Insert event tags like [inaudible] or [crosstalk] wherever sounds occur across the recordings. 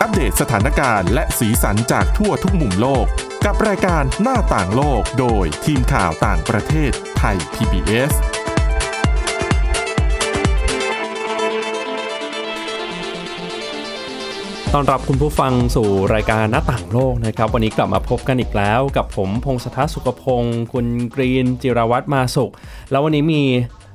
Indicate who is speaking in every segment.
Speaker 1: อัปเดตสถานการณ์และสีสันจากทั่วทุกมุมโลก กับรายการหน้าต่างโลกโดยทีมข่าวต่างประเทศไทย PBS
Speaker 2: ต้อนรับคุณผู้ฟังสู่รายการหน้าต่างโลกนะครับ วันนี้กลับมาพบกันอีกแล้วกับผมพงศธรสุขพงศ์คุณกรีนจิรวัตรมาสุข แล้ววันนี้มี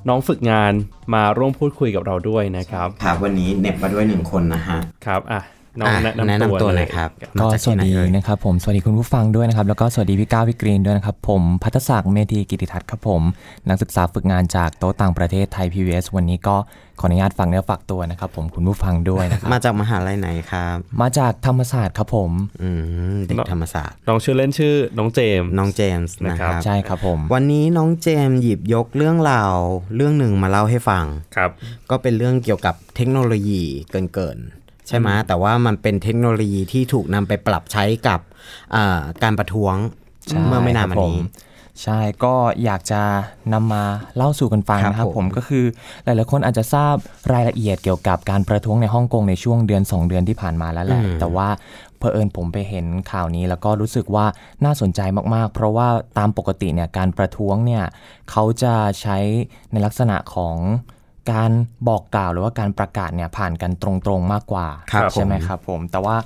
Speaker 2: น้องฝึกงานมาร่วมพูดคุยกับเราด้วยนะครับ
Speaker 3: ครับวันนี้เหน็บมาด้วยหนึ่งคนนะฮะ
Speaker 2: ครับอ่ะน้อง
Speaker 3: อ่ะ
Speaker 2: แนะ
Speaker 3: แนะ
Speaker 2: นำตั
Speaker 3: นำตัวว
Speaker 2: เล
Speaker 3: หน่
Speaker 2: ย
Speaker 3: อยครับ
Speaker 4: ก็
Speaker 3: มาจาก
Speaker 4: สวัสดี
Speaker 3: ที่ไหนเอ่ย
Speaker 4: นะครับผมสวัสดีคุณผู้ฟังด้วยนะครับ แล้วก็สวัสดีพี่ก้าวพี่กรีนด้วยนะครับ ผมพัทศักดิ์เมธีกิติทัศน์ครับผม นักศึกษาฝึกงานจากโต๊ะต่างประเทศไทย PBS วันนี้ก็ขออนุญาตฝากเนื้อฝากตัวนะครับผมคุณผู้ฟังด้วยนะครับ
Speaker 3: มาจากมหาลัยไหนครับ
Speaker 4: มาจากธรรมศาสตร์ครับผม
Speaker 3: อืมเด็กธรรมศาสตร์
Speaker 2: น้องชื่อเล่นชื่อน้องเจมส์
Speaker 3: น้องเจมส์นะ
Speaker 2: นะค
Speaker 3: ค
Speaker 2: รั
Speaker 3: รับ บ
Speaker 4: ใช่ครับผม
Speaker 3: วันนี้น้องเจมส์หยิบยกเรื่องราวเรื่องหนึ่งมาเล่าให้ฟัง
Speaker 2: ครับ
Speaker 3: ก็เป็นเรื่องเกี่ยวกับเทคโนโลยีเกินเกินๆใช่ไหมแต่ว่ามันเป็นเทคโนโลยีที่ถูกนำไปปรับใช้กับอ่าการประท้วง
Speaker 4: ใช่
Speaker 3: เมื่อไม่นานมา
Speaker 4: ครับผ
Speaker 3: นี้
Speaker 4: ใช่ก็อยากจะนำมาเล่าสู่กันฟัง
Speaker 3: ครับ
Speaker 4: นะครับ
Speaker 3: ผ
Speaker 4: ผม มก็คือหลายๆคนอาจจะทราบรายละเอียดเกี่ยวกับการประท้วงในฮ่องกงในช่วงเดือน 2 เดือนที่ผ่านมาแล้วแหละแต่ว่า เผอิญผมไปเห็นข่าวนี้แล้วก็รู้สึกว่าน่าสนใจมากๆ เพราะว่าตามปกติเนี่ยการประท้วงเนี่ยเขาจะใช้ในลักษณะของการบอกกล่าวหรือว่าการประกาศเนี่ยผ่านกันตรงๆมากกว่า
Speaker 3: ครับ
Speaker 4: ใช่ไหม
Speaker 3: ผม
Speaker 4: ครับผม แต่ว่า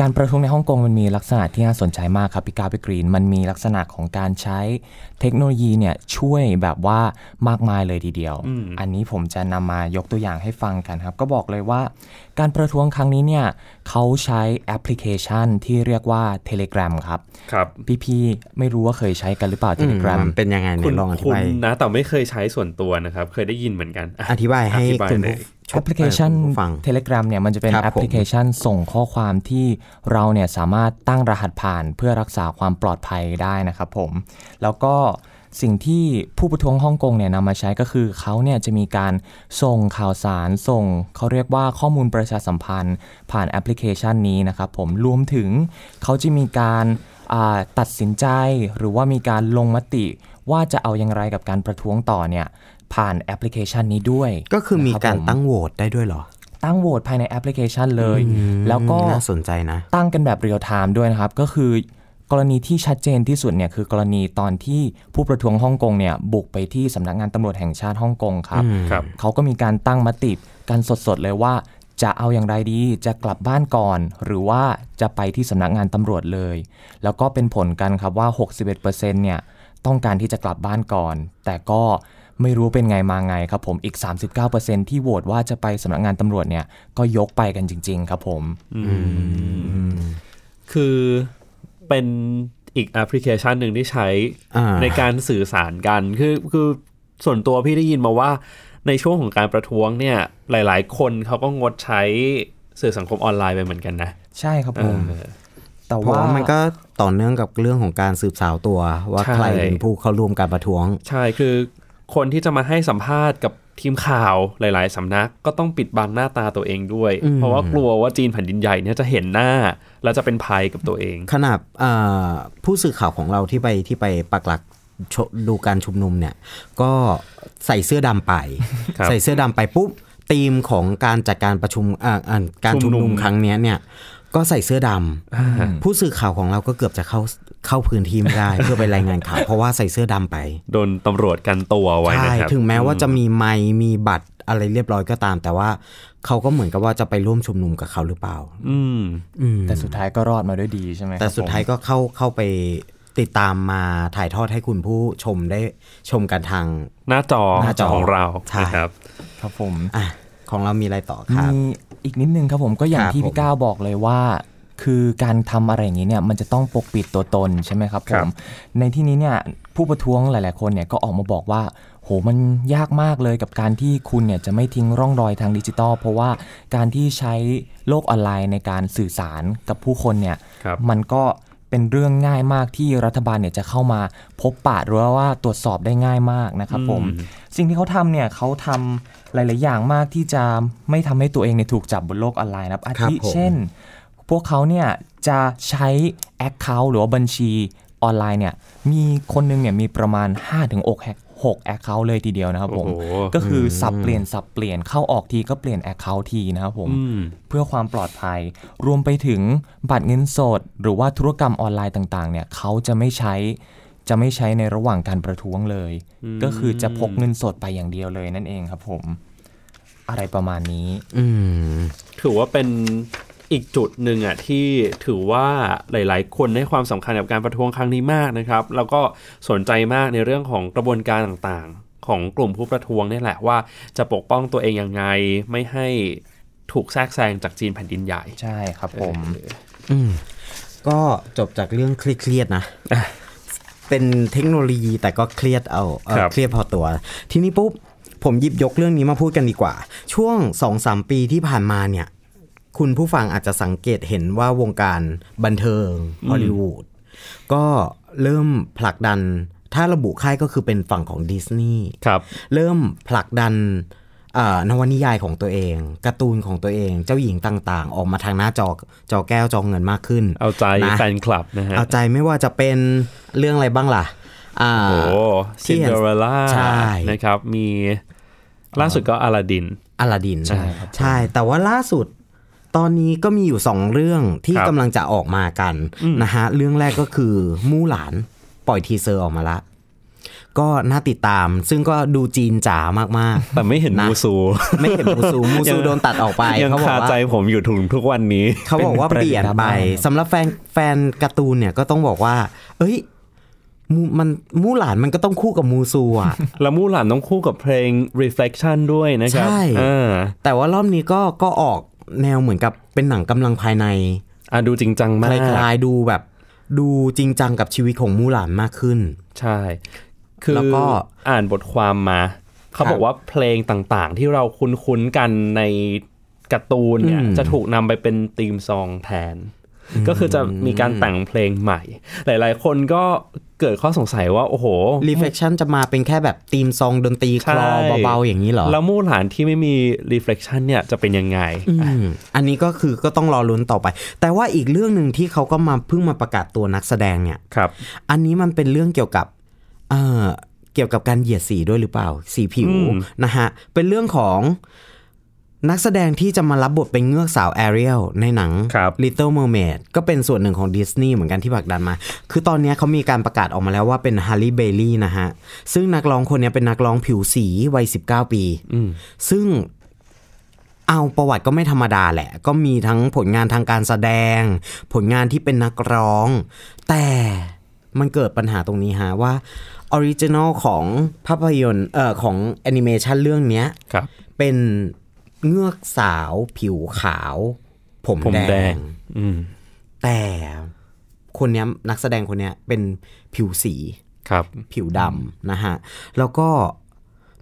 Speaker 4: การประท้วงในฮ่องกงมันมีลักษณะที่น่าสนใจมากครับพี่กาวพี่กรีน มันมีลักษณะของการใช้เทคโนโลยีเนี่ยช่วยแบบว่ามากมายเลยทีเดียว อันนี้ผมจะนำมายกตัวอย่างให้ฟังกันครับ ก็บอกเลยว่า การประท้วงครั้งนี้เนี่ยเขาใช้แอปพลิเคชันที่เรียกว่า Telegram ครับ
Speaker 2: ครับ
Speaker 4: พี่ๆไม่รู้ว่าเคยใช้กันหรือเปล่า
Speaker 3: อืม
Speaker 4: Telegram
Speaker 3: มันเป็นยังไง
Speaker 2: คุ
Speaker 3: เนี่ย
Speaker 2: ณ
Speaker 3: ลองอธิ
Speaker 2: คุณ
Speaker 3: บาย
Speaker 2: นะแต่ไม่เคยใช้ส่วนตัวนะครับ เคยได้ยินเหมือนกันะ
Speaker 3: อธิบายให้
Speaker 2: อธิบาย
Speaker 3: คุณ
Speaker 2: หน่อย
Speaker 3: ผู้ช
Speaker 4: แอ
Speaker 3: ม
Speaker 4: ปพลิเคชัน
Speaker 3: คุณผู้ฟัง
Speaker 4: Telegram เนี่ยมันจะเป็น
Speaker 3: ครับ
Speaker 4: แอปพลิเคชันส่งข้อความที่เราเนี่ยสามารถตั้งรหัสผ่านเพื่อรักษาความปลอดภัยได้นะครับผม แล้วก็สิ่งที่ผู้ประท้วงฮ่องกงเนี่ยนำมาใช้ก็คือเขาเนี่ยจะมีการส่งข่าวสารส่งเขาเรียกว่าข้อมูลประชาสัมพันธ์ ผ่านแอปพลิเคชันนี้นะครับผมรวมถึงเขาจะมีการอ่าตัดสินใจ หรือว่ามีการลงมติ ว่าจะเอาอย่างไรกับการประท้วงต่อเนี่ยผ่านแอปพลิเคชันนี้ด้วย
Speaker 3: ก็คือมี
Speaker 4: นะบ
Speaker 3: การ
Speaker 4: ผม
Speaker 3: ตั้งโหวตได้ด้วยเหรอ
Speaker 4: ตั้งโหวตภายในแอปพลิเคชันเลย แล้วก็
Speaker 3: น่าสนใจนะ
Speaker 4: ตั้งกันแบบเรียลไทม์ด้วยนะครับ ก็คือกรณีที่ชัดเจนที่สุดเนี่ยคือกรณีตอนที่ผู้ประท้วงฮ่องกงเนี่ยบุกไปที่สำนักงานตำรวจแห่งชาติฮ่องกงครับ
Speaker 2: ครับ
Speaker 4: เขาก็มีการตั้งมติกันสดๆเลยว่า จะเอาอย่างไรดีจะกลับบ้านก่อน หรือว่าจะไปที่สำนักงานตำรวจเลย แล้วก็เป็นผลกันครับว่า 61%เนี่ยต้องการที่จะกลับบ้านก่อน แต่ก็ไม่รู้เป็นไงมาไงครับผมอีก 39%ที่โหวตว่าจะไปสำนักงานตำรวจเนี่ยก็ยกไปกันจริง ๆ ครับผม
Speaker 2: คือเป็นอีกแอปพลิเคชันหนึ่งที่ใช้
Speaker 3: อ่า
Speaker 2: ในการสื่อสารกัน คือคือส่วนตัวพี่ได้ยินมาว่าในช่วงของการประท้วงเนี่ยหลาย ๆ คนเขาก็งดใช้สื่อสังคมออนไลน์ไปเหมือนกันนะ
Speaker 4: ใช่ครับ
Speaker 2: เอ
Speaker 4: ผ
Speaker 2: อ
Speaker 4: ม แต่
Speaker 3: เพราะ
Speaker 4: ว่า
Speaker 3: ว่ามันก็ต่อเนื่องกับเรื่องของการสืบสาวตัว ว่า
Speaker 2: ใช่
Speaker 3: ใครเป็นผู้เข้าร่วมการประท้วง
Speaker 2: ใช่คือคนที่จะมาให้สัมภาษณ์กับทีมข่าวหลาย ๆ สำนักก็ต้องปิดบังหน้าตาตัวเองด้วย เพราะว่ากลัวว่าจีนแผ่นดินใหญ่เนี่ยจะเห็นหน้า และจะเป็นภัยกับตัวเอง
Speaker 3: ขนาดเอ่อผู้สื่อข่าวของเราที่ไปที่ไปปักหลักชดูการชุมนุมเนี่ย ก็ใส่เสื้อดำไป
Speaker 2: ครับ
Speaker 3: ใส่เสื้อดำไปปุ๊บธีมของการจัดการประชุมเอ่อเอ่อการชุม
Speaker 2: ชุ
Speaker 3: นุ
Speaker 2: ม
Speaker 3: ม
Speaker 2: นุม
Speaker 3: ครั้งเนี้ยเนี่ยก็ใส่เสื้อดำผู้สื่อข่าวของเราก็เกือบจะเข้าเข้าพื้นที่ไม่ได้ [laughs] เพื่อไปรายงานข่าวเพราะว่าใส่เสื้อดำไป
Speaker 2: โดนตำรวจกันตัวไว้
Speaker 3: ใช่
Speaker 2: นะครับ
Speaker 3: ถึงแม้ว่าจะมีไมค์มีบัตรอะไรเรียบร้อยก็ตาม แต่ว่าเขาก็เหมือนกับว่าจะไปร่วมชุมนุมกับเขาหรือเปล่า
Speaker 2: อืม
Speaker 4: แต่สุดท้ายก็รอดมาด้วยดีใช่ไหม
Speaker 3: แต่
Speaker 4: ครับ
Speaker 3: สุดท้าย
Speaker 4: ผม
Speaker 3: ก็เข้าเข้าไปติดตามมาถ่ายทอดให้คุณผู้ชมได้ชมกันทาง
Speaker 2: หน้าจอ
Speaker 3: หน้าจอ
Speaker 2: ของเรา
Speaker 3: ใช่
Speaker 2: นะครับ
Speaker 4: ครับผม
Speaker 3: อ่ะของเรามีอะไรต่อครับ
Speaker 4: มีอีกนิดนึงครับผมก็อย่าง
Speaker 3: ครับ
Speaker 4: ที่
Speaker 3: ผ
Speaker 4: พี่
Speaker 3: ม
Speaker 4: ก้าวบอกเลยว่า คือการทำอะไรอย่างนี้เนี่ยมันจะต้องปกปิดตัวตนใช่ไหมครับผ
Speaker 2: ครับ
Speaker 4: มในที่นี้เนี่ยผู้ประท้วงหลาย ๆ คนเนี่ยก็ออกมาบอกว่า โหมันยากมากเลยกับการที่คุณเนี่ยจะไม่ทิ้งร่องรอยทางดิจิตอลเพราะว่าการที่ใช้โลกออนไลน์ในการสื่อสารกับผู้คนเนี่ย
Speaker 2: ครับ
Speaker 4: มันก็เป็นเรื่องง่ายมากที่รัฐบาลเนี่ยจะเข้ามาพบปะหรือว่าตรวจสอบได้ง่ายมากนะครับผม สิ่งที่เขาทำเนี่ยเขาทำหลาย ๆ อย่างมากที่จะไม่ทำให้ตัวเองเนี่ยถูกจับบนโลกออนไลน์นะครับอา
Speaker 3: ครับ
Speaker 4: ทิ
Speaker 3: ผม
Speaker 4: เช่น พวกเขาเนี่ยจะใช้ Account หรือว่าบัญชีออนไลน์เนี่ยมีคนหนึงเนี่ยมีประมาณ 5-6แฮก 6 Account เลยทีเดียวนะครับผม
Speaker 2: โอ้โห
Speaker 4: ก็คือสับเปลี่ยนสับเปลี่ยนเข้าออกทีก็เปลี่ยน Account ทีนะครับผม
Speaker 2: อืม
Speaker 4: เพื่อความปลอดภัย รวมไปถึงบัตรเงินสด หรือว่าธุรกรรมออนไลน์ต่างๆ เนี่ยเขาจะไม่ใช้ จะไม่ใช้ในระหว่างการประท้วงเลย ก็คือจะพกเงินสดไปอย่างเดียวเลยนั่นเองครับผม อะไรประมาณนี้
Speaker 3: อืม
Speaker 2: ถือว่าเป็นอีกจุดหนึ่งอ่ะที่ถือว่าหลาย ๆ คนให้ความสำคัญกับการประท้วงครั้งนี้มากนะครับ แล้วก็สนใจมากในเรื่องของกระบวนการต่างๆ ของกลุ่มผู้ประท้วงนี่แหละว่าจะปกป้องตัวเองยังไง ไม่ให้ถูกแทรกแซงจากจีนแผ่นดินใหญ่
Speaker 4: ใช่ครับผม
Speaker 3: อืมก็จบจากเรื่องเครียดๆนะ เป็นเทคโนโลยีแต่ก็เครียดเอาเอ่อ
Speaker 2: ครับ
Speaker 3: เครียดพอตัว ทีนี้ปุ๊บ ผมหยิบยกเรื่องนี้มาพูดกันดีกว่า ช่วง 2-3 ปีที่ผ่านมาเนี่ย คุณผู้ฟังอาจจะสังเกตเห็นว่าวงการบันเทิงฮอลลีวูดก็เริ่มผลักดัน ถ้าระบุค่ายก็คือเป็นฝั่งของดิสนีย์
Speaker 2: ครับ
Speaker 3: เริ่มผลักดันเอ่อนวนิยายของตัวเองการ์ตูนของตัวเอง เจ้าหญิงต่างๆ ออกมาทางหน้าจอจอแก้วจอเงินมากขึ้น
Speaker 2: เอาใจ
Speaker 3: นะ
Speaker 2: แฟนคลับนะฮะ
Speaker 3: เอาใจไม่ว่าจะเป็นเรื่องอะไรบ้างล่ะอ่า
Speaker 2: โอ้ซิ
Speaker 3: ที่
Speaker 2: น
Speaker 3: เห็น
Speaker 2: เดอเรลล่า
Speaker 3: ใช่
Speaker 2: นะครับ มีล่าสุดก็อลาดิน
Speaker 3: อลาดิน
Speaker 2: ใช่ครับ
Speaker 3: ใช่ แต่ว่าล่าสุดตอนนี้ก็มีอยู่สองเรื่องที่
Speaker 2: ครับ
Speaker 3: กำลังจะออกมากันนะฮะ เรื่องแรกก็คือมู่หลานปล่อยทีเซอร์ออกมาละ ก็น่าติดตามซึ่งก็ดูจีนจ๋ามากๆ
Speaker 2: แต่ไม่เห็น
Speaker 3: นะ
Speaker 2: มูซู
Speaker 3: ไม่เห็นมูซูมูซู
Speaker 2: ยัง
Speaker 3: โดนตัดออกไป
Speaker 2: [laughs] ยัง
Speaker 3: เขาบอก
Speaker 2: คา
Speaker 3: ว่า
Speaker 2: ใจผมอยู่ถึงทุกวันนี้
Speaker 3: เขาบอกว่า
Speaker 4: เป็นประ
Speaker 3: เป
Speaker 4: เด็น
Speaker 3: ลี่ยน
Speaker 4: ดรา
Speaker 3: ไป
Speaker 4: ม่า
Speaker 3: สำหรับแฟนแฟนการ์ตูนเนี่ยก็ต้องบอกว่า เอ้ยมูมันมูหลานมันก็ต้องคู่กับมูซูอ่ะ
Speaker 2: แล้วมู่หลานต้องคู่กับเพลง reflection ด้วยนะครับ
Speaker 3: ใช่
Speaker 2: อ่า
Speaker 3: แต่ว่ารอบนี้ก็ก็ออกแนวเหมือนกับเป็นหนังกำลังภายใน
Speaker 2: อ่ะดูจริงจัง
Speaker 3: ค
Speaker 2: มาก
Speaker 3: ล้ายๆดูแบบ ดูจริงจังกับชีวิตของมูหลานมากขึ้น
Speaker 2: ใช่ คือ
Speaker 3: แล้วก็
Speaker 2: อ่านบทความมา เขา
Speaker 3: ครับ
Speaker 2: บอกว่าเพลงต่างๆ ที่เราคุ้นๆกันในการ์ตูนเนี่ย
Speaker 3: อืม
Speaker 2: จะถูกนำไปเป็นธีมซองแทน ก็คือจะมีการแต่งเพลงใหม่ หลายๆ คนก็เกิดข้อสงสัยว่า โอ้โห
Speaker 3: reflection จะมาเป็นแค่แบบธีมซองดนตรีคลอ
Speaker 2: ใช่
Speaker 3: เบาๆอย่างนี้เหรอ
Speaker 2: แล้วมู่หลานที่ไม่มี reflection เนี่ยจะเป็นยังไง
Speaker 3: อืมอันนี้ก็คือก็ต้องรอลุ้นต่อไป แต่ว่าอีกเรื่องหนึ่งที่เขาก็มาเพิ่งมาประกาศตัวนักแสดงเนี่ย
Speaker 2: ครับ
Speaker 3: อันนี้มันเป็นเรื่องเกี่ยวกับเอ่อเกี่ยวกับการเหยียดสีด้วยหรือเปล่า สีผิว
Speaker 2: อืม
Speaker 3: นะฮะ เป็นเรื่องของนักแสดงที่จะมารับบทเป็นเงือกสาวแอเรียลในหนัง
Speaker 2: ครับ
Speaker 3: Little Mermaid ก็เป็นส่วนหนึ่งของดิสนีย์เหมือนกันที่ผลักดันมา คือตอนเนี้ยเขามีการประกาศออกมาแล้วว่าเป็นฮาร์ y ี a เบลลี่นะฮะ ซึ่งนักร้องคนเนี้ยเป็นนักร้องผิวสีวัย 19 ปี ซึ่งเอาประวัติก็ไม่ธรรมดาแหละ ก็มีทั้งผลงานทางการแสดง ผลงานที่เป็นนักร้อง แต่มันเกิดปัญหาตรงนี้ฮะว่าออริจินอลของภาพยนตร์เอ่อของแอนิเมชันเรื่องเนี้ย
Speaker 2: ครับ
Speaker 3: เป็นเงือกสาวผิวขาว ผม
Speaker 2: ผม
Speaker 3: แด
Speaker 2: แดง
Speaker 3: ง
Speaker 2: อืม
Speaker 3: แต่คนเนี้ยนักแสดงคนเนี้ยเป็นผิวสี
Speaker 2: ครับ
Speaker 3: ผิวดำนะฮะ แล้วก็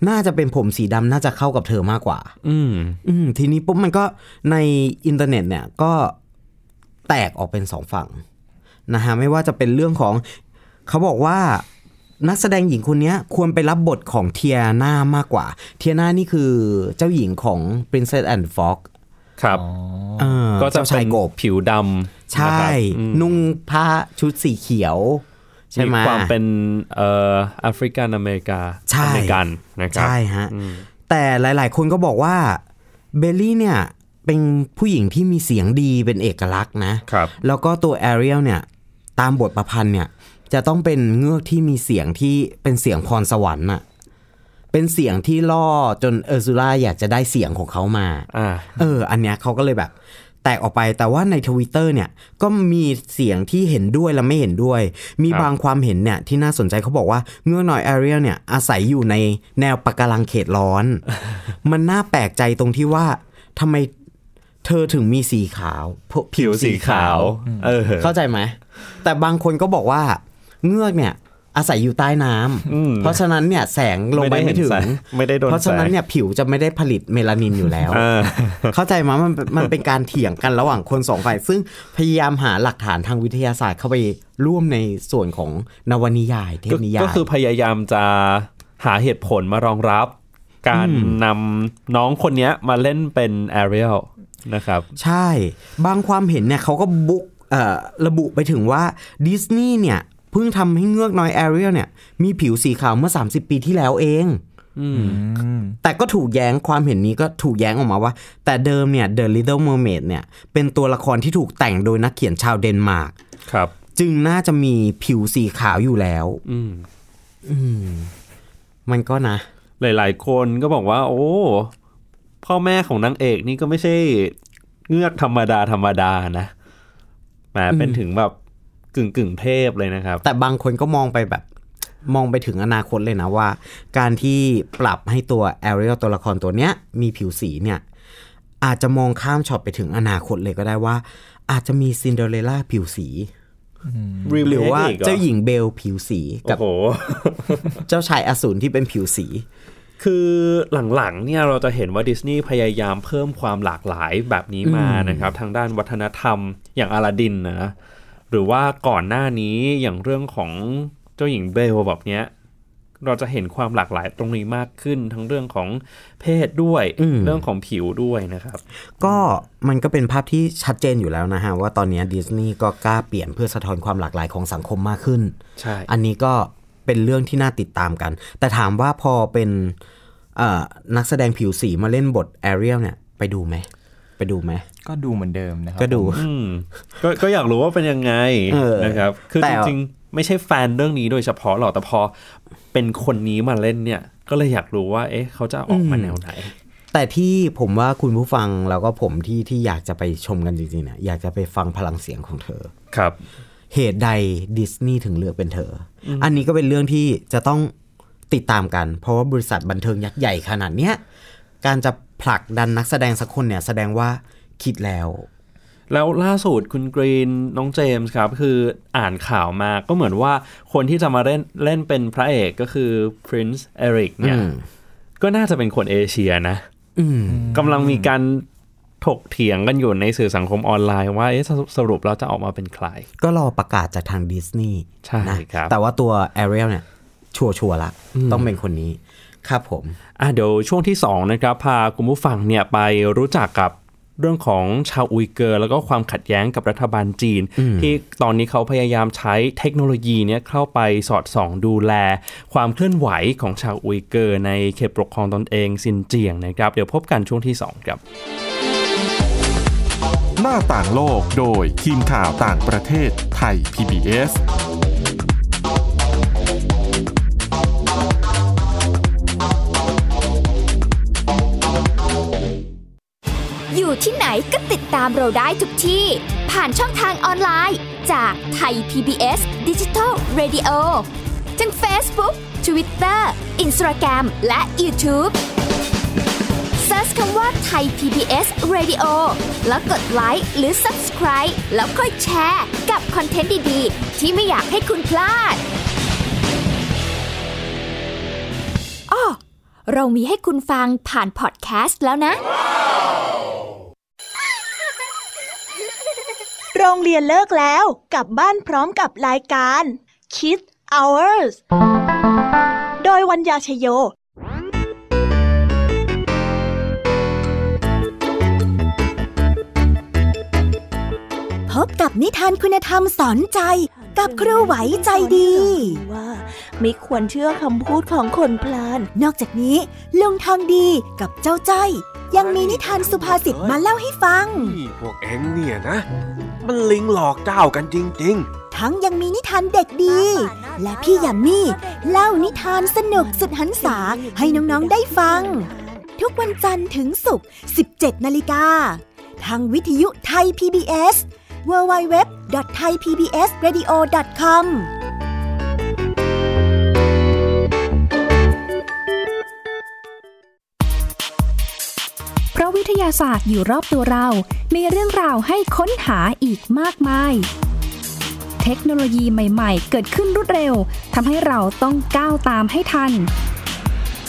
Speaker 3: น่าจะเป็นผมสีดำน่าจะเข้ากับเธอมากกว่า
Speaker 2: อืม
Speaker 3: อืมทีนี้ปุ๊บมันก็ในอินเทอร์เน็ตเนี่ยก็แตกออกเป็นสองฝั่งนะฮะไม่ว่าจะเป็นเรื่องของเขาบอกว่านักแสดงหญิงคนเนี้ยควรไปรับบทของเทียน่ามากกว่า เทียน่านี่คือเจ้าหญิงของ Princess and the Fox
Speaker 2: ครับ
Speaker 3: เออ
Speaker 2: ก็จะ
Speaker 3: เจ้า
Speaker 2: เป็
Speaker 3: ชาย
Speaker 2: น
Speaker 3: กบ
Speaker 2: ผิวดำ
Speaker 3: ใช่
Speaker 2: นะครับอืม
Speaker 3: นุ่งผ้าชุดสีเขียว ใช่ไหม
Speaker 2: ความเป็นเอ่อแอฟริกันอเมริกาอ
Speaker 3: ใช่
Speaker 2: เมริกันนะครับ
Speaker 3: ใช่ฮะ แต่หลาย ๆ คนก็บอกว่าเบลลี่เนี่ย เป็นผู้หญิงที่มีเสียงดีเป็นเอกลักษณ์นะ
Speaker 2: ครับ
Speaker 3: แล้วก็ตัวแอเรียลเนี่ย ตามบทประพันธ์เนี่ย จะต้องเป็นเงือกที่มีเสียงที่เป็นเสียงพรสวรรค์อะเป็นเสียงที่ล่อจนเออร์ซูล่าอยากจะได้เสียงของเขามา
Speaker 2: อ่า
Speaker 3: เออ อันเนี้ยเขาก็เลยแบบ แตกออกไปแต่ว่าในทวิตเตอร์เนี่ย ก็มีเสียงที่เห็นด้วยและไม่เห็นด้วย มี
Speaker 2: ครับ
Speaker 3: บางความเห็นเนี่ย ที่น่าสนใจเขาบอกว่าเงือกน้อยแอเรียลเนี่ย อาศัยอยู่ในแนวปะการังเขตร้อน
Speaker 2: [laughs]
Speaker 3: มันน่าแปลกใจตรงที่ว่าทำไมเธอถึงมีสีขาว
Speaker 2: [laughs] ผิวสีขาว เออ
Speaker 3: เข้าใจไหม แต่บางคนก็บอกว่าเงือกเนี่ย อาศัยอยู่ใต้น้ำ
Speaker 2: อืม
Speaker 3: เพราะฉะนั้นเนี่ยแสงลงไป
Speaker 2: ไม่ได้เห็น
Speaker 3: ไม่ถึง
Speaker 2: แสงไม่ได้โดน
Speaker 3: เพราะฉะนั้น
Speaker 2: แสง
Speaker 3: เนี่ยผิวจะไม่ได้ผลิตเมลานินอยู่แล้ว
Speaker 2: อ่า
Speaker 3: [laughs] เข้าใจมั้ยมันมันเป็นการเถียงกันระหว่างคนสองฝ่าย ซึ่งพยายามหาหลักฐานทางวิทยาศาสตร์เข้าไปร่วมในส่วนของนวนิยายเทพนิยาย
Speaker 2: ก็คือพยายามจะหาเหตุผลมารองรับ การนำน้องคนเนี้ยมาเล่นเป็นแอเรียลนะครับ
Speaker 3: ใช่ บางความเห็นเนี่ยเขาก็บุกเอ่อระบุไปถึงว่าดิสนีย์เนี่ย เพิ่งทำให้เงือกน้อยแอเรียลเนี่ยมีผิวสีขาวเมื่อ 30 ปีที่แล้วเอง
Speaker 4: อืม
Speaker 3: แต่ก็ถูกแย้งความเห็นนี้ก็ถูกแย้งออกมาว่า แต่เดิมเนี่ย The Little Mermaid เนี่ย เป็นตัวละครที่ถูกแต่งโดยนักเขียนชาวเดนมาร์ก
Speaker 2: ครับ
Speaker 3: จึงน่าจะมีผิวสีขาวอยู่แล้ว
Speaker 2: อืม
Speaker 3: มันก็นะ
Speaker 2: หลายๆ คนก็บอกว่า โอ้ พ่อแม่ของนางเอกนี่ก็ไม่ใช่เงือกธรรมดาธรรมดานะแหมเป็นถึงแบบกึ่งกึ่งๆเทพเลยนะครับ
Speaker 3: แต่บางคนก็มองไปแบบมองไปถึงอนาคตเลยนะว่า การที่ปรับให้ตัวแอเรียลตัวละครตัวเนี้ย มีผิวสีเนี่ย อาจจะมองข้ามช็อตไปถึงอนาคตเลยก็ได้ว่า อาจจะมีซินเดอเรลล่าผิวสี
Speaker 2: Remake
Speaker 3: หรือว่า
Speaker 2: อีกเ
Speaker 3: เจ้าหญิงเบลผิวสีกับ
Speaker 2: โอ้โห
Speaker 3: เจ้าชายอสูรที่เป็นผิวสี
Speaker 2: คือหลังๆเนี่ยเราจะเห็นว่าดิสนีย์พยายามเพิ่มความหลากหลายแบบนี้มานะครับ ทางด้านวัฒนธรรมอย่างอลาดินนะหรือว่าก่อนหน้านี้อย่างเรื่องของเจ้าหญิงเบลแบบเนี้ยเราจะเห็นความหลากหลายตรงนี้มากขึ้น ทั้งเรื่องของเพศด้วย
Speaker 3: อืม
Speaker 2: เรื่องของผิวด้วยนะครับ
Speaker 3: ก็มันก็เป็นภาพที่ชัดเจนอยู่แล้วนะฮะ ว่าตอนเนี้ดิสนีย์ก็กล้าเปลี่ยนเพื่อสะท้อนความหลากหลายของสังคมมากขึ้น
Speaker 2: ใช่
Speaker 3: อันนี้ก็เป็นเรื่องที่น่าติดตามกัน แต่ถามว่าพอเป็นเอ่อนักแสดงผิวสีมาเล่นบทแอเรียลเนี่ย ไปดูไหม ไปดูไหม
Speaker 4: ก็ดูเหมือนเดิมนะครั
Speaker 3: ก็ดู
Speaker 4: ผม
Speaker 2: อืมก็ก็อยากรู้ว่าเป็นยังไง
Speaker 3: เออ
Speaker 2: นะครับ คือ
Speaker 3: แต่
Speaker 2: จริงๆไม่ใช่แฟนเรื่องนี้โดยเฉพาะหรอกแต่พอเป็นคนนี้มาเล่นเนี่ย ก็เลยอยากรู้ว่า เอ๊ะ เขาจะออกมาแนวไหน
Speaker 3: แต่ที่ผมว่าคุณผู้ฟังแล้วก็ผมที่ที่อยากจะไปชมกันจริงๆเนี่ยอยากจะไปฟังพลังเสียงของเธอ
Speaker 2: ครับ
Speaker 3: เหตุใดดิสนีย์ถึงเลือกเป็นเธอออันนี้ก็เป็นเรื่องที่จะต้องติดตามกัน เพราะว่าบริษัทบันเทิงยักษ์ใหญ่ขนาดเนี้ยการจะผลักดันนักแสดงสักคนเนี่ยแสดงว่าคิดแล้ว
Speaker 2: แล้วล่าสุดคุณกรีนน้องเจมส์ครับ คืออ่านข่าวมาก็เหมือนว่าคนที่จะมาเล่นเล่นเป็นพระเอกก็คือ Prince Eric เนี่ย
Speaker 3: อืม
Speaker 2: ก็น่าจะเป็นคนเอเชียนะ
Speaker 3: อืม
Speaker 2: กำลังมีการถกเถียงกันอยู่ในสื่อสังคมออนไลน์ว่าเอ๊ะสรุปสรุปเราจะออกมาเป็นใคร
Speaker 3: ก็รอประกาศจากทางดิสนีย์
Speaker 2: ใช่
Speaker 3: นะครับ แต่ว่าตัวแอเรียลเนี่ย ชัวร์ชัวร์ละ ต้องเป็นคนนี้ ครับผม
Speaker 2: อ่ะเดี๋ยวช่วงที่ 2 นะครับ พาคุณผู้ฟังเนี่ยไปรู้จักกับเรื่องของชาวอุยเกอร์ แล้วก็ความขัดแย้งกับรัฐบาลจีน ที่ตอนนี้เขาพยายามใช้เทคโนโลยีเนี่ยเข้าไปสอดส่องดูแล ความเคลื่อนไหวของชาวอุยเกอร์ ในเขตปกครองตนเองซินเจียงนะครับ เดี๋ยวพบกันช่วงที่ 2 ครับ
Speaker 1: หน้าต่างโลกโดยทีมข่าวต่างประเทศไทย PBS
Speaker 5: อยู่ที่ไหนก็ติดตามเราได้ทุกที่ ผ่านช่องทางออนไลน์จากไทย PBS Digital Radio ทั้ง Facebook Twitter Instagram และ YouTube Search คำว่าไทย PBS Radio แล้วกดไลค์หรือ Subscribe แล้วค่อยแชร์กับคอนเทนต์ดี ๆ ที่ไม่อยากให้คุณพลาดอ้อเรามีให้คุณฟังผ่านพอดแคสต์แล้วนะ
Speaker 6: โรงเรียนเลิกแล้วกลับบ้านพร้อมกับรายการ Kids Hours โดยวัญญาชยโย
Speaker 7: พบกับนิทานคุณธรรมสอนใจ กับครูไหวใจดี
Speaker 6: ว่าไม่ควรเชื่อคำพูดของคนพลาน
Speaker 7: นอกจากนี้ลุงทองดีกับเจ้าใจอยยังมีนิทานสุภาษิตมาเล่าให้ฟัง
Speaker 8: นี่พวกเอ็งเนี่ยนะ มันลิงหลอกเจ้ากันจริง
Speaker 7: ทั้งยังมีนิทานเด็กดี และพี่ยามีเล่านิทานสนุกสุดหันษาให้น้องๆได้ฟัง ทุกวันจันทร์ถึงศุกร์ 17 นาฬิกา ทางวิทยุไทย PBS www.thaipbsradio.com
Speaker 9: เพราะวิทยาศาสตร์อยู่รอบตัวเรา มีเรื่องราวให้ค้นหาอีกมากมาย เทคโนโลยีใหม่ๆ เกิดขึ้นรวดเร็ว ทำให้เราต้องก้าวตามให้ทัน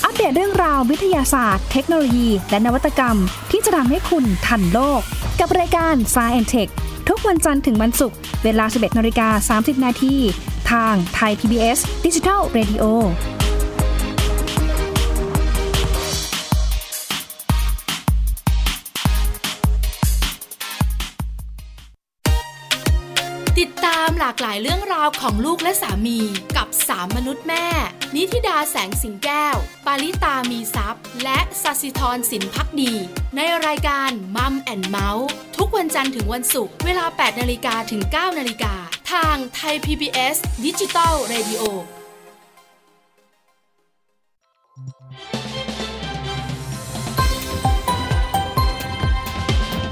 Speaker 9: อัปเดตเรื่องราววิทยาศาสตร์ เทคโนโลยี และนวัตกรรม ที่จะทำให้คุณทันโลก กับรายการ s ซ e n t e c h ทุกวันจันทร์ถึงวันศุกร์ เวลา 11นาฬิกา30 นาที ทางไทย PBS Digital Radio
Speaker 10: ต ติดตามหลากหลายเรื่องราวของลูกและสามีกับสามมนุษย์แม่ นิธิดาแสงสิงแก้ว ปาริตามีซัพย์ และสัสิธรสินพักดี ในรายการมัมแอนเมาส์ทุกวันจันทร์ถึงวันศุกร์เวลา 8นาฬิกาถึง 9นาฬิกาทางไทย PBS ดิจิตอล Radio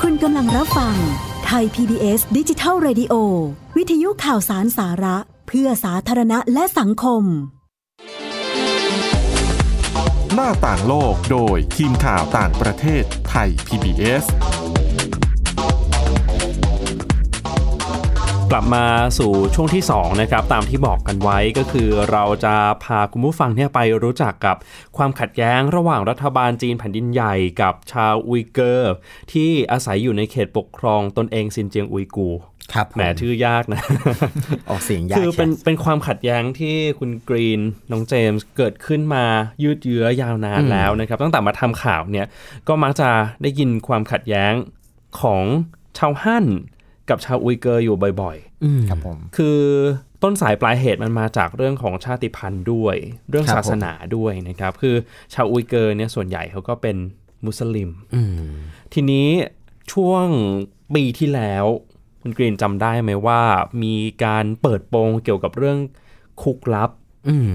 Speaker 7: คุณกำลังรับฟังไทย PBS ดิจิทัล Radio วิทยุข่าวสารสาระ เพื่อสาธารณะและสังคม
Speaker 1: หน้าต่างโลกโดยทีมข่าวต่างประเทศไทย PBS
Speaker 2: กลับมาสู่ช่วงที่สองนะครับตามที่บอกกันไว้ก็คือเราจะพาคุณผู้ฟังเนี่ยไปรู้จักกับความขัดแย้งระหว่างรัฐบาลจีนแผ่นดินใหญ่กับชาวอุยเกอร์ ที่อาศัยอยู่ในเขตปกครองตนเองซินเจียงอุยกูร์
Speaker 3: ครับผ
Speaker 2: แหมชื่อยากนะ
Speaker 3: ออกเสี [laughs] ยงยาก
Speaker 2: คือเป็น
Speaker 3: ใช่ไหม
Speaker 2: เป็นความขัดแย้งที่คุณกรีนน้องเจมส์เกิดขึ้นมายืดเยื้อยาวนาน
Speaker 3: อืม
Speaker 2: แล้วนะครับ ตั้งแต่มาทำข่าวเนี่ยก็มักจะได้ยินความขัดแย้งของชาวฮั่นกับชาวอุยเกอร์อยู่บ่อยๆ
Speaker 3: อืม
Speaker 4: ครับผม
Speaker 2: คือต้นสายปลายเหตุมันมาจากเรื่องของชาติพันธุ์ด้วย เรื่อง
Speaker 3: ครับ
Speaker 2: ศาสนาด้วยนะครับ คือชาวอุยเกอร์เนี่ยส่วนใหญ่เขาก็เป็นมุสลิม
Speaker 3: อืม
Speaker 2: ทีนี้ช่วงปีที่แล้ว คุณกรีนจำได้ไหมว่ามีการเปิดโปงเกี่ยวกับเรื่องคุกลับ
Speaker 3: อืม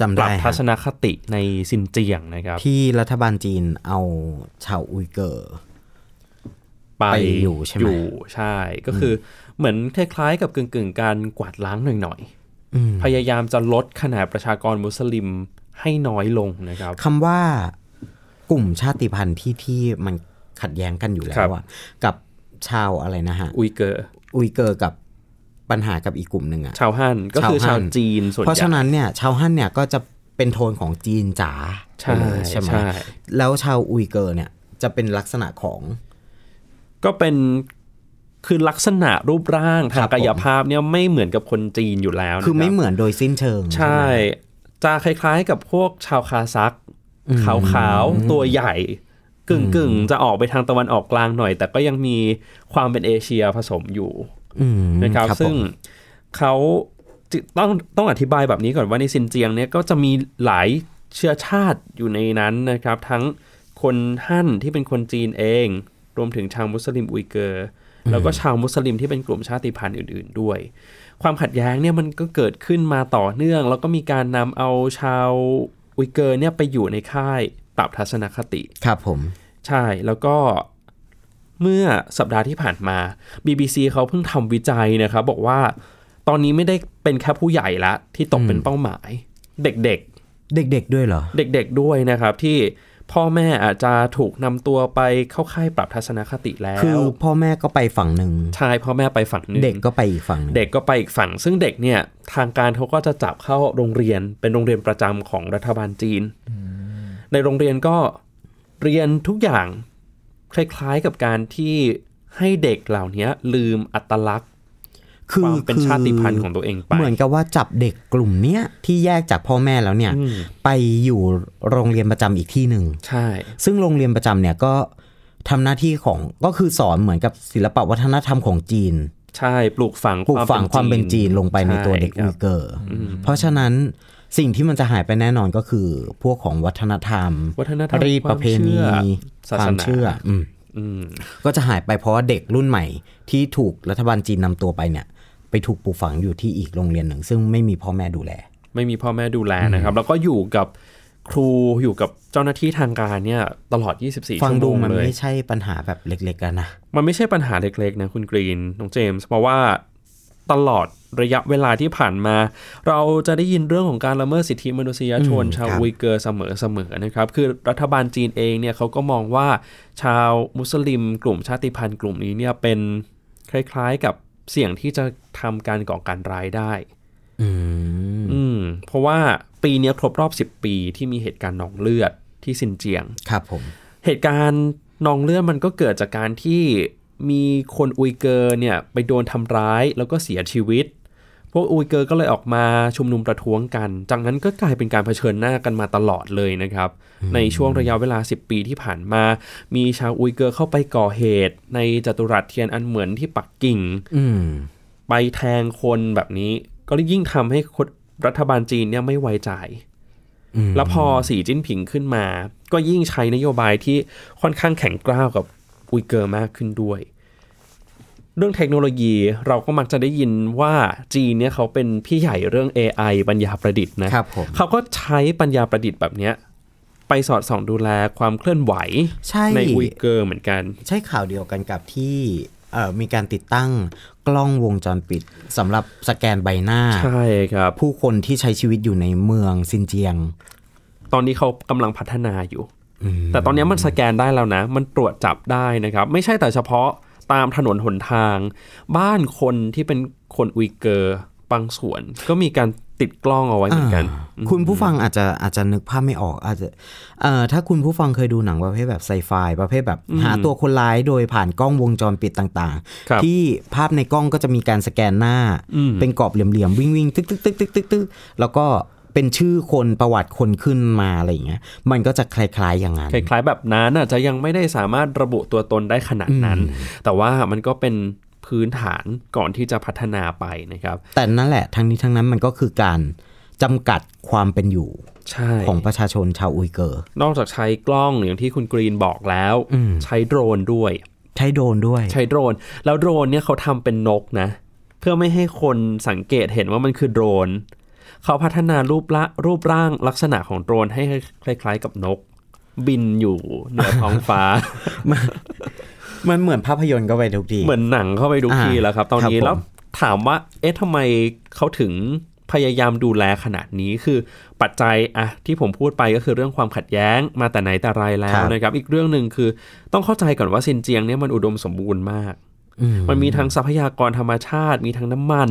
Speaker 3: จำ
Speaker 2: ปรับ
Speaker 3: ได้ฮะ
Speaker 2: ทัศนคติในซินเจียงนะครับ
Speaker 3: ที่รัฐบาลจีนเอาชาวอุยเกอร์
Speaker 2: ไป
Speaker 3: ไปอยู่ใช่ไหม
Speaker 2: อยู่ใช่ก็คืออเหมือนคล้ายๆกับกึ่งๆ การกวาดล้างหน่อย
Speaker 3: อืม
Speaker 2: ๆ พยายามจะลดขนาดประชากรมุสลิมให้น้อยลงนะครับ
Speaker 3: คำว่ากลุ่มชาติพันธุ์ที่ที่มันขัดแย้งกันอยู่แล้
Speaker 2: ครั
Speaker 3: ว
Speaker 2: บ
Speaker 3: อะกับชาวอะไรนะฮะ
Speaker 2: อุยเกอร์
Speaker 3: อุยเกอร์กับปัญหากับอีกกลุ่มหนึ่งอะ
Speaker 2: ชาวฮั่นก็คือ
Speaker 3: ชา
Speaker 2: ชาว ว
Speaker 3: ฮั่น
Speaker 2: จีนส่วน
Speaker 3: เพราะ
Speaker 2: ให
Speaker 3: ฉะ
Speaker 2: ญ่
Speaker 3: นั้นเนี่ยชาวฮั่นเนี่ยก็จะเป็นโทนของจีนจ๋า
Speaker 2: ใช่
Speaker 3: ไปเลยใช่ไหม
Speaker 2: ใช่
Speaker 3: แล้วชาวอุยเกอร์เนี่ยจะเป็นลักษณะของ
Speaker 2: ก็เป็นคือลักษณะรูปร่าง
Speaker 3: ครั
Speaker 2: ทาง
Speaker 3: บ
Speaker 2: กายภาพเนี่ยไม่เหมือนกับคนจีนอยู่แล้ว
Speaker 3: คือไม่
Speaker 2: นะรับ
Speaker 3: เหมือนโดยสิ้นเชิง
Speaker 2: ใช่ จะคล้ายๆกับพวกชาวคาซักขาวๆ ตัวใหญ่ กึ่งๆ จะออกไปทางตะวันออกกลางหน่อย แต่ก็ยังมีความเป็นเอเชียผสมอยู่
Speaker 3: อืม
Speaker 2: นะครับซึ่ง
Speaker 3: ผม
Speaker 2: เขาจิต้องต้องอธิบายแบบนี้ก่อนว่าในซินเจียงเนี่ยก็จะมีหลายเชื้อชาติอยู่ในนั้นนะครับ ทั้งคนฮั่นที่เป็นคนจีนเอง รวมถึงชาวมุสลิมอุยเกอร์ แล้วก็ชาวมุสลิมที่เป็นกลุ่มชาติพันธุ์อื่น ๆ ด้วย ความขัดแย้งเนี่ยมันก็เกิดขึ้นมาต่อเนื่อง แล้วก็มีการนำเอาชาวอุยเกอร์เนี่ยไปอยู่ในค่ายปรับทัศนคติ
Speaker 3: ครับผม
Speaker 2: ใช่ แล้วก็เมื่อสัปดาห์ที่ผ่านมา BBC เขาเพิ่งทำวิจัยนะครับ บอกว่าตอนนี้ไม่ได้เป็นแค่ผู้ใหญ่ละ ที่ตกเป็นเป้าหมาย เด็ก
Speaker 3: เด็กๆด้วยเหรอ
Speaker 2: ๆ เด็กๆด้วยนะครับ ที่พ่อแม่อาจจะถูกนำตัวไปเข้าค่ายปรับทัศนคติแล้ว
Speaker 3: คือพ่อแม่ก็ไปฝั่งหนึ่ง
Speaker 2: ใช่พ่อแม่ไปฝั่งหนึ่ง
Speaker 3: เด็กก็ไปอีกฝั่งหนึ่ง
Speaker 2: เด็กก็ไปอีกฝั่ง ซึ่งเด็กเนี่ยทางการเขาก็จะจับเข้าโรงเรียนเป็นโรงเรียนประจำของรัฐบาลจีน ในโรงเรียนก็เรียนทุกอย่างคล้ายๆกับการที่ให้เด็กเหล่านี้ลืมอัตลักษณ์
Speaker 3: คื
Speaker 2: ค
Speaker 3: อ
Speaker 2: วามเป็น
Speaker 3: คือ
Speaker 2: ชาติพันธุ์ของตัวเองไป
Speaker 3: เหมือนกับว่าจับเด็กกลุ่มเนี้ยที่แยกจากพ่อแม่แล้วเนี่ย
Speaker 2: อืม
Speaker 3: ไปอยู่โรงเรียนประจำอีกที่หนึ่ง
Speaker 2: ใช่
Speaker 3: ซึ่งโรงเรียนประจำเนี่ยก็ทำหน้าที่ของก็คือสอนเหมือนกับศิลปวัฒนธรรมของจีน
Speaker 2: ใช่ปลูกฝัง
Speaker 3: ปลูกฝังความเป็นจีนลงไปในตัวเด็ก
Speaker 2: ช่ค
Speaker 3: อุ
Speaker 2: รั
Speaker 3: ย
Speaker 2: บ
Speaker 3: เกอร์เพราะฉะนั้นสิ่งที่มันจะหายไปแน่นอนก็คือ พวกของวัฒนธรรม
Speaker 2: วัฒนธรรม
Speaker 3: รีตประเพณี
Speaker 2: ความเชื่อศาสนา
Speaker 3: ความเชื่ออืม
Speaker 2: อืม
Speaker 3: ก็จะหายไปเพราะว่าเด็กรุ่นใหม่ที่ถูกรัฐบาลจีนนำตัวไปเนี่ย ไปถูกปลูกฝังอยู่ที่อีกโรงเรียนหนึ่ง ซึ่งไม่มีพ่อแม่ดูแล
Speaker 2: ไม่มีพ่อแม่ดูแลนะครับ แล้วก็อยู่กับครูอยู่กับเจ้าหน้าที่ทางการเนี่ยตลอด 24
Speaker 3: ฟัง
Speaker 2: ชั่วโม
Speaker 3: ดู
Speaker 2: ง
Speaker 3: มัน
Speaker 2: เลย
Speaker 3: ไม่ใช่ปัญหาแบบเล็กๆกันนะ
Speaker 2: มันไม่ใช่ปัญหาเล็กๆนะคุณกรีน น้องเจมส์ เพราะว่าตลอดระยะเวลาที่ผ่านมา เราจะได้ยินเรื่องของการละเมิดสิทธิมนุษยชน
Speaker 3: อืม
Speaker 2: ชาว
Speaker 3: ครับ
Speaker 2: อุยเกอร์เสมอๆนะครับ คือรัฐบาลจีนเองเนี่ยเขาก็มองว่าชาวมุสลิมกลุ่มชาติพันธุ์กลุ่มนี้เนี่ยเป็นคล้ายๆกับเสี่ยงที่จะทำการก่อการร้ายได้
Speaker 3: อืม
Speaker 2: อืมเพราะว่าปีเนี้ยครบรอบ 10 ปีที่มีเหตุการณ์หนองเลือดที่ซินเจียง
Speaker 3: ครับผม
Speaker 2: เหตุการณ์นองเลือดมันก็เกิดจากการที่มีคนอุยเกอร์เนี่ยไปโดนทำร้ายแล้วก็เสียชีวิต พวกอุยเกอร์ก็เลยออกมาชุมนุมประท้วงกัน จากนั้นก็กลายเป็นการเผชิญหน้ากันมาตลอดเลยนะครับ ในช่วงระยะเวลา 10 ปีที่ผ่านมา มีชาวอุยเกอร์เข้าไปก่อเหตุ ในจัตุรัสเทียนอันเหมือนที่ปักกิ่ง
Speaker 3: อืม
Speaker 2: ไปแทงคนแบบนี้ ก็ยิ่งทำให้คนรัฐบาลจีนเนี่ยไม่ไว้ใจ แล้วพอสีจิ้นผิงขึ้นมา ก็ยิ่งใช้นโยบายที่ค่อนข้างแข็งกร้าวกับอุยเกอร์มากขึ้นด้วย เรื่องเทคโนโลยีเราก็มักจะได้ยินว่าจีนเนี่ยเขาเป็นพี่ใหญ่เรื่อง AI ปัญญาประดิษฐ์นะครับ
Speaker 3: ผม
Speaker 2: เขาก็ใช้ปัญญาประดิษฐ์แบบเนี้ยไปสอดส่องดูแลความเคลื่อนไหว
Speaker 3: ใช่
Speaker 2: อุยเกอร์เหมือนกัน
Speaker 3: ใช่ข่าวเดียวกันกับที่เอ่อมีการติดตั้งกล้องวงจรปิดสำหรับสแกนใบหน้า
Speaker 2: ใช่ครับ
Speaker 3: ผู้คนที่ใช้ชีวิตอยู่ในเมืองซินเจียง
Speaker 2: ตอนนี้เขากำลังพัฒนาอยู่ แต่ตอนนี้มันสแกนได้แล้วนะ มันตรวจจับได้นะครับ ไม่ใช่แต่เฉพาะตามถนนหนทาง บ้านคนที่เป็นคนอุยเกอร์บางส่วน ก็มีการติดกล้องเอาไว้เหมือนกัน
Speaker 3: อ่าคุณผู้ฟังอาจจะอาจจะนึกภาพไม่ออกอาจจะเอ่อถ้าคุณผู้ฟังเคยดูหนังประเภทแบบไซไฟประเภทแบบหาตัวคนร้ายโดยผ่านกล้องวงจรปิดต่าง
Speaker 2: ครับ
Speaker 3: ๆ ที่ภาพในกล้องก็จะมีการสแกนหน้า
Speaker 2: อืม
Speaker 3: เป็นกรอบเหลี่ยมๆวิ่งวิ่งๆตึกตึกตึกตึกตึกตึกแล้วก็เป็นชื่อคนประวัติคนขึ้นมาอะไรอย่างเงี้ยมันก็จะคล้ายๆอย่างนั้น
Speaker 2: คล้ายๆแบบนั้นอาจจะยังไม่ได้สามารถระบุตัวตนได้ขนาดนั้น แต่ว่ามันก็เป็นพื้นฐานก่อนที่จะพัฒนาไปนะครับ
Speaker 3: แต่นั่นแหละทั้งนี้ทั้งนั้นมันก็คือการจำกัดความเป็นอยู่
Speaker 2: ใช่
Speaker 3: ของประชาชนชาวอุยเกอร์
Speaker 2: นอกจากใช้กล้องอย่างที่คุณกรีนบอกแล้ว
Speaker 3: อืม
Speaker 2: ใช้โดรนด้วย
Speaker 3: ใช้โดรนด้วย
Speaker 2: ใช้โดรน แล้วโดรนเนี่ยเขาทำเป็นนกนะ เพื่อไม่ให้คนสังเกตเห็นว่ามันคือโดรน เขาพัฒนารูปละรูปร่างลักษณะของโดรนให้คล้ายๆกับนก บินอยู่เหนือท้องฟ้า
Speaker 3: มันเหมือนภาพยนตร์ก็ไปทุกที
Speaker 2: เหมือนหนังเข้าไปดู
Speaker 3: อ่า
Speaker 2: ทีแล้วครับ ตอนนี้
Speaker 3: ครับผม
Speaker 2: แล้วถามว่า เอ๊ะทำไมเขาถึงพยายามดูแลขนาดนี้คือปัจจัยอะที่ผมพูดไปก็คือเรื่องความขัดแย้งมาแต่ไหนแต่ไรแล้วนะครับ อีกเรื่องหนึ่งคือต้องเข้าใจก่อนว่าซินเจียงเนี่ยมันอุดมสมบูรณ์มาก
Speaker 3: อืม
Speaker 2: มันมีทั้งทรัพยากรธรรมชาติ มีทั้งน้ำมัน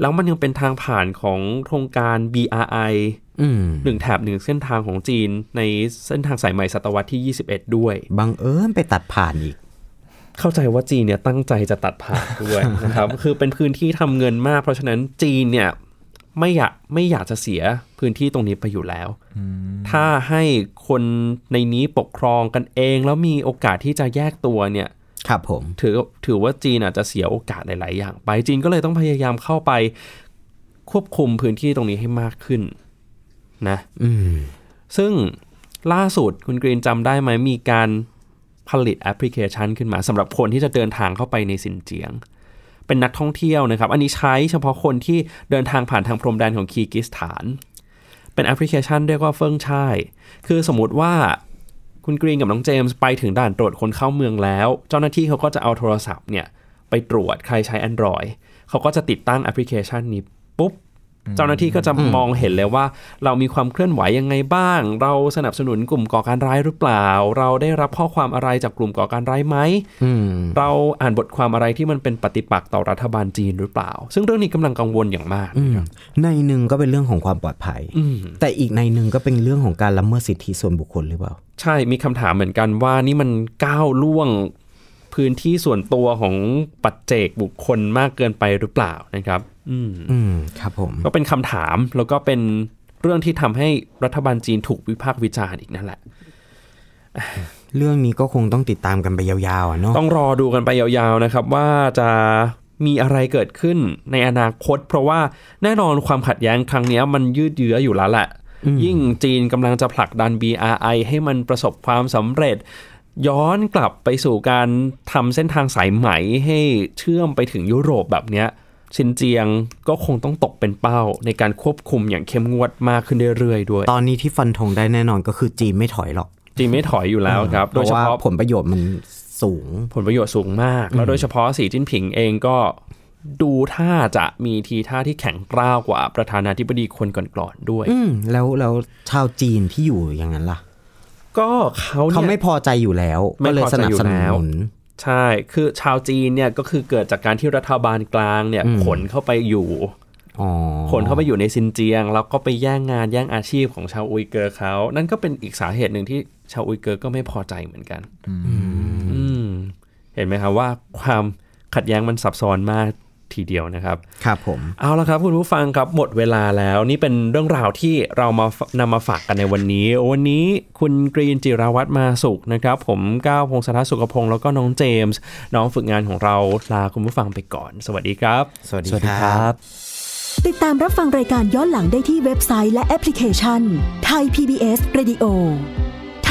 Speaker 2: แล้วมันยังเป็นทางผ่านของโครงการ BRI
Speaker 3: อืม
Speaker 2: หนึ่งแถบหนึ่งเส้นทางของจีน ในเส้นทางสายใหม่ศตวรรษที่ 21 ด้วย
Speaker 3: บังเอิญไปตัดผ่านอีก
Speaker 2: เข้าใจว่าจีนเนี่ยตั้งใจจะตัดผ่านด้วย นะครับ [laughs] คือเป็นพื้นที่ทำเงินมาก เพราะฉะนั้นจีนเนี่ยไม่อยากไม่อยากจะเสียพื้นที่ตรงนี้ไปอยู่แล้ว ถ้าให้คนในนี้ปกครองกันเอง แล้วมีโอกาสที่จะแยกตัวเนี่ย
Speaker 3: ครับผม
Speaker 2: ถือถือว่าจีนอาจจะเสียโอกาสหลาย ๆ อย่าง ไปจีนก็เลยต้องพยายามเข้าไปควบคุมพื้นที่ตรงนี้ให้มากขึ้นนะ
Speaker 3: อืม
Speaker 2: ซึ่งล่าสุดคุณกรีนจำได้ไหมมีการผลิตแอปพลิเคชันขึ้นมาสำหรับคนที่จะเดินทางเข้าไปในสินเจียง เป็นนักท่องเที่ยวนะครับ อันนี้ใช้เฉพาะคนที่เดินทางผ่านทางพรมแดนของคีร์กิสถาน เป็นแอปพลิเคชันเรียกว่าเฟิงช่ายคือสมมติว่าคุณกรีนกับน้องเจมส์ไปถึงด่านตรวจคนเข้าเมืองแล้ว เจ้าหน้าที่เขาก็จะเอาโทรศัพท์เนี่ยไปตรวจใครใช้ Android เขาก็จะติดตั้งแอปพลิเคชันนี้ปุ๊บ เจ้าหน้าที่ก็จะมองเห็นเลยว่า เรามีความเคลื่อนไหวยังไงบ้าง เราสนับสนุนกลุ่มก่อการร้ายหรือเปล่า เราได้รับข้อความอะไรจากกลุ่มก่อการร้ายไหม
Speaker 3: อืม
Speaker 2: เราอ่านบทความอะไรที่มันเป็นปฏิปักษ์ต่อรัฐบาลจีนหรือเปล่า ซึ่งเรื่องนี้กำลังกังวลอย่างมาก
Speaker 3: อืม ในหนึ่งก็เป็นเรื่องของความปลอดภัย
Speaker 2: อืม
Speaker 3: แต่อีกในหนึ่งก็เป็นเรื่องของการละเมิดสิทธิส่วนบุคคลหรือเปล่า
Speaker 2: ใช่ มีคำถามเหมือนกันว่านี่มันก้าวล่วงพื้นที่ส่วนตัวของปัจเจกบุคคลมากเกินไปหรือเปล่านะครับ อืม
Speaker 3: อืม ครับผม
Speaker 2: ก็เป็นคำถามแล้วก็เป็นเรื่องที่ทำให้รัฐบาลจีนถูกวิพากษ์วิจารณ์อีกนั่นแหละ
Speaker 3: เรื่องนี้ก็คงต้องติดตามกันไปยาวๆอ่ะเนาะ
Speaker 2: ต้องรอดูกันไปยาวๆนะครับว่าจะมีอะไรเกิดขึ้นในอนาคต เพราะว่าแน่นอนความขัดแย้งครั้งเนี้ยมันยืดเยื้ออยู่แล้วแหละ ยิ่งจีนกำลังจะผลักดัน BRI ให้มันประสบความสำเร็จ ย้อนกลับไปสู่การทำเส้นทางสายไหมให้เชื่อมไปถึงยุโรปแบบเนี้ยชินเจียงก็คงต้องตกเป็นเป้าในการควบคุมอย่างเข้มงวดมากขึ้นเรื่อยๆด้วย
Speaker 3: ตอนนี้ที่ฟันธงได้แน่นอนก็คือจีนไม่ถอยหรอก
Speaker 2: จีนไม่ถอยอยู่แล้วครับ
Speaker 3: เพ
Speaker 2: โดย
Speaker 3: ราะ
Speaker 2: เฉ
Speaker 3: ว่า
Speaker 2: พาะ
Speaker 3: ผลประโยชน์มันสูง
Speaker 2: ผลประโยชน์สูงมาก แล้วโดยเฉพาะสีจิ้นผิงเองก็ดูท่าจะมีทีท่าที่แข็งกร้าวกว่าประธานาธิบดีคนก่อนๆด้วย
Speaker 3: อืม แล้วแล้วชาวจีนที่อยู่อย่างนั้นล่ะ
Speaker 2: ก็เขา
Speaker 3: เขา
Speaker 2: เนี่ย
Speaker 3: ไม่พอใจอยู่แล้ว
Speaker 2: ไม่
Speaker 3: ก็เลย
Speaker 2: พอ
Speaker 3: ส
Speaker 2: ใจ
Speaker 3: นับ
Speaker 2: อยู่
Speaker 3: สนุ
Speaker 2: แล้ว
Speaker 3: น
Speaker 2: ใช่คือชาวจีนเนี่ยก็คือเกิดจากการที่รัฐบาลกลางเนี่ย
Speaker 3: อืม
Speaker 2: ขนเข้าไปอยู่
Speaker 3: อ๋อ
Speaker 2: ขนเข้าไปอยู่ในซินเจียง แล้วก็ไปแย่งงานแย่งอาชีพของชาวอุยเกอร์เขา นั่นก็เป็นอีกสาเหตุหนึ่งที่ชาวอุยเกอร์ก็ไม่พอใจเหมือนกันอืมเห็นไหมครับว่าความขัดแย้งมันซับซ้อนมาก ทีเดียวนะครับ
Speaker 3: ครับผม
Speaker 2: เอาละครับคุณผู้ฟังครับหมดเวลาแล้วนี่เป็นเรื่องราวที่เรามานำมาฝากกันในวันนี้ วันนี้คุณกรีนจิราวัตรมาสุขนะครับ ผมก้าวพงศธรสุขพงศ์แล้วก็น้องเจมส์น้องฝึกงานของเราลาคุณผู้ฟังไปก่อน สวัสดีครับ
Speaker 3: สวัสดี
Speaker 4: สวัสดีค
Speaker 3: ครั
Speaker 4: รับ บ
Speaker 7: ติดตามรับฟังรายการย้อนหลังได้ที่เว็บไซต์และแอปพลิเคชันไทย PBS Radio ไท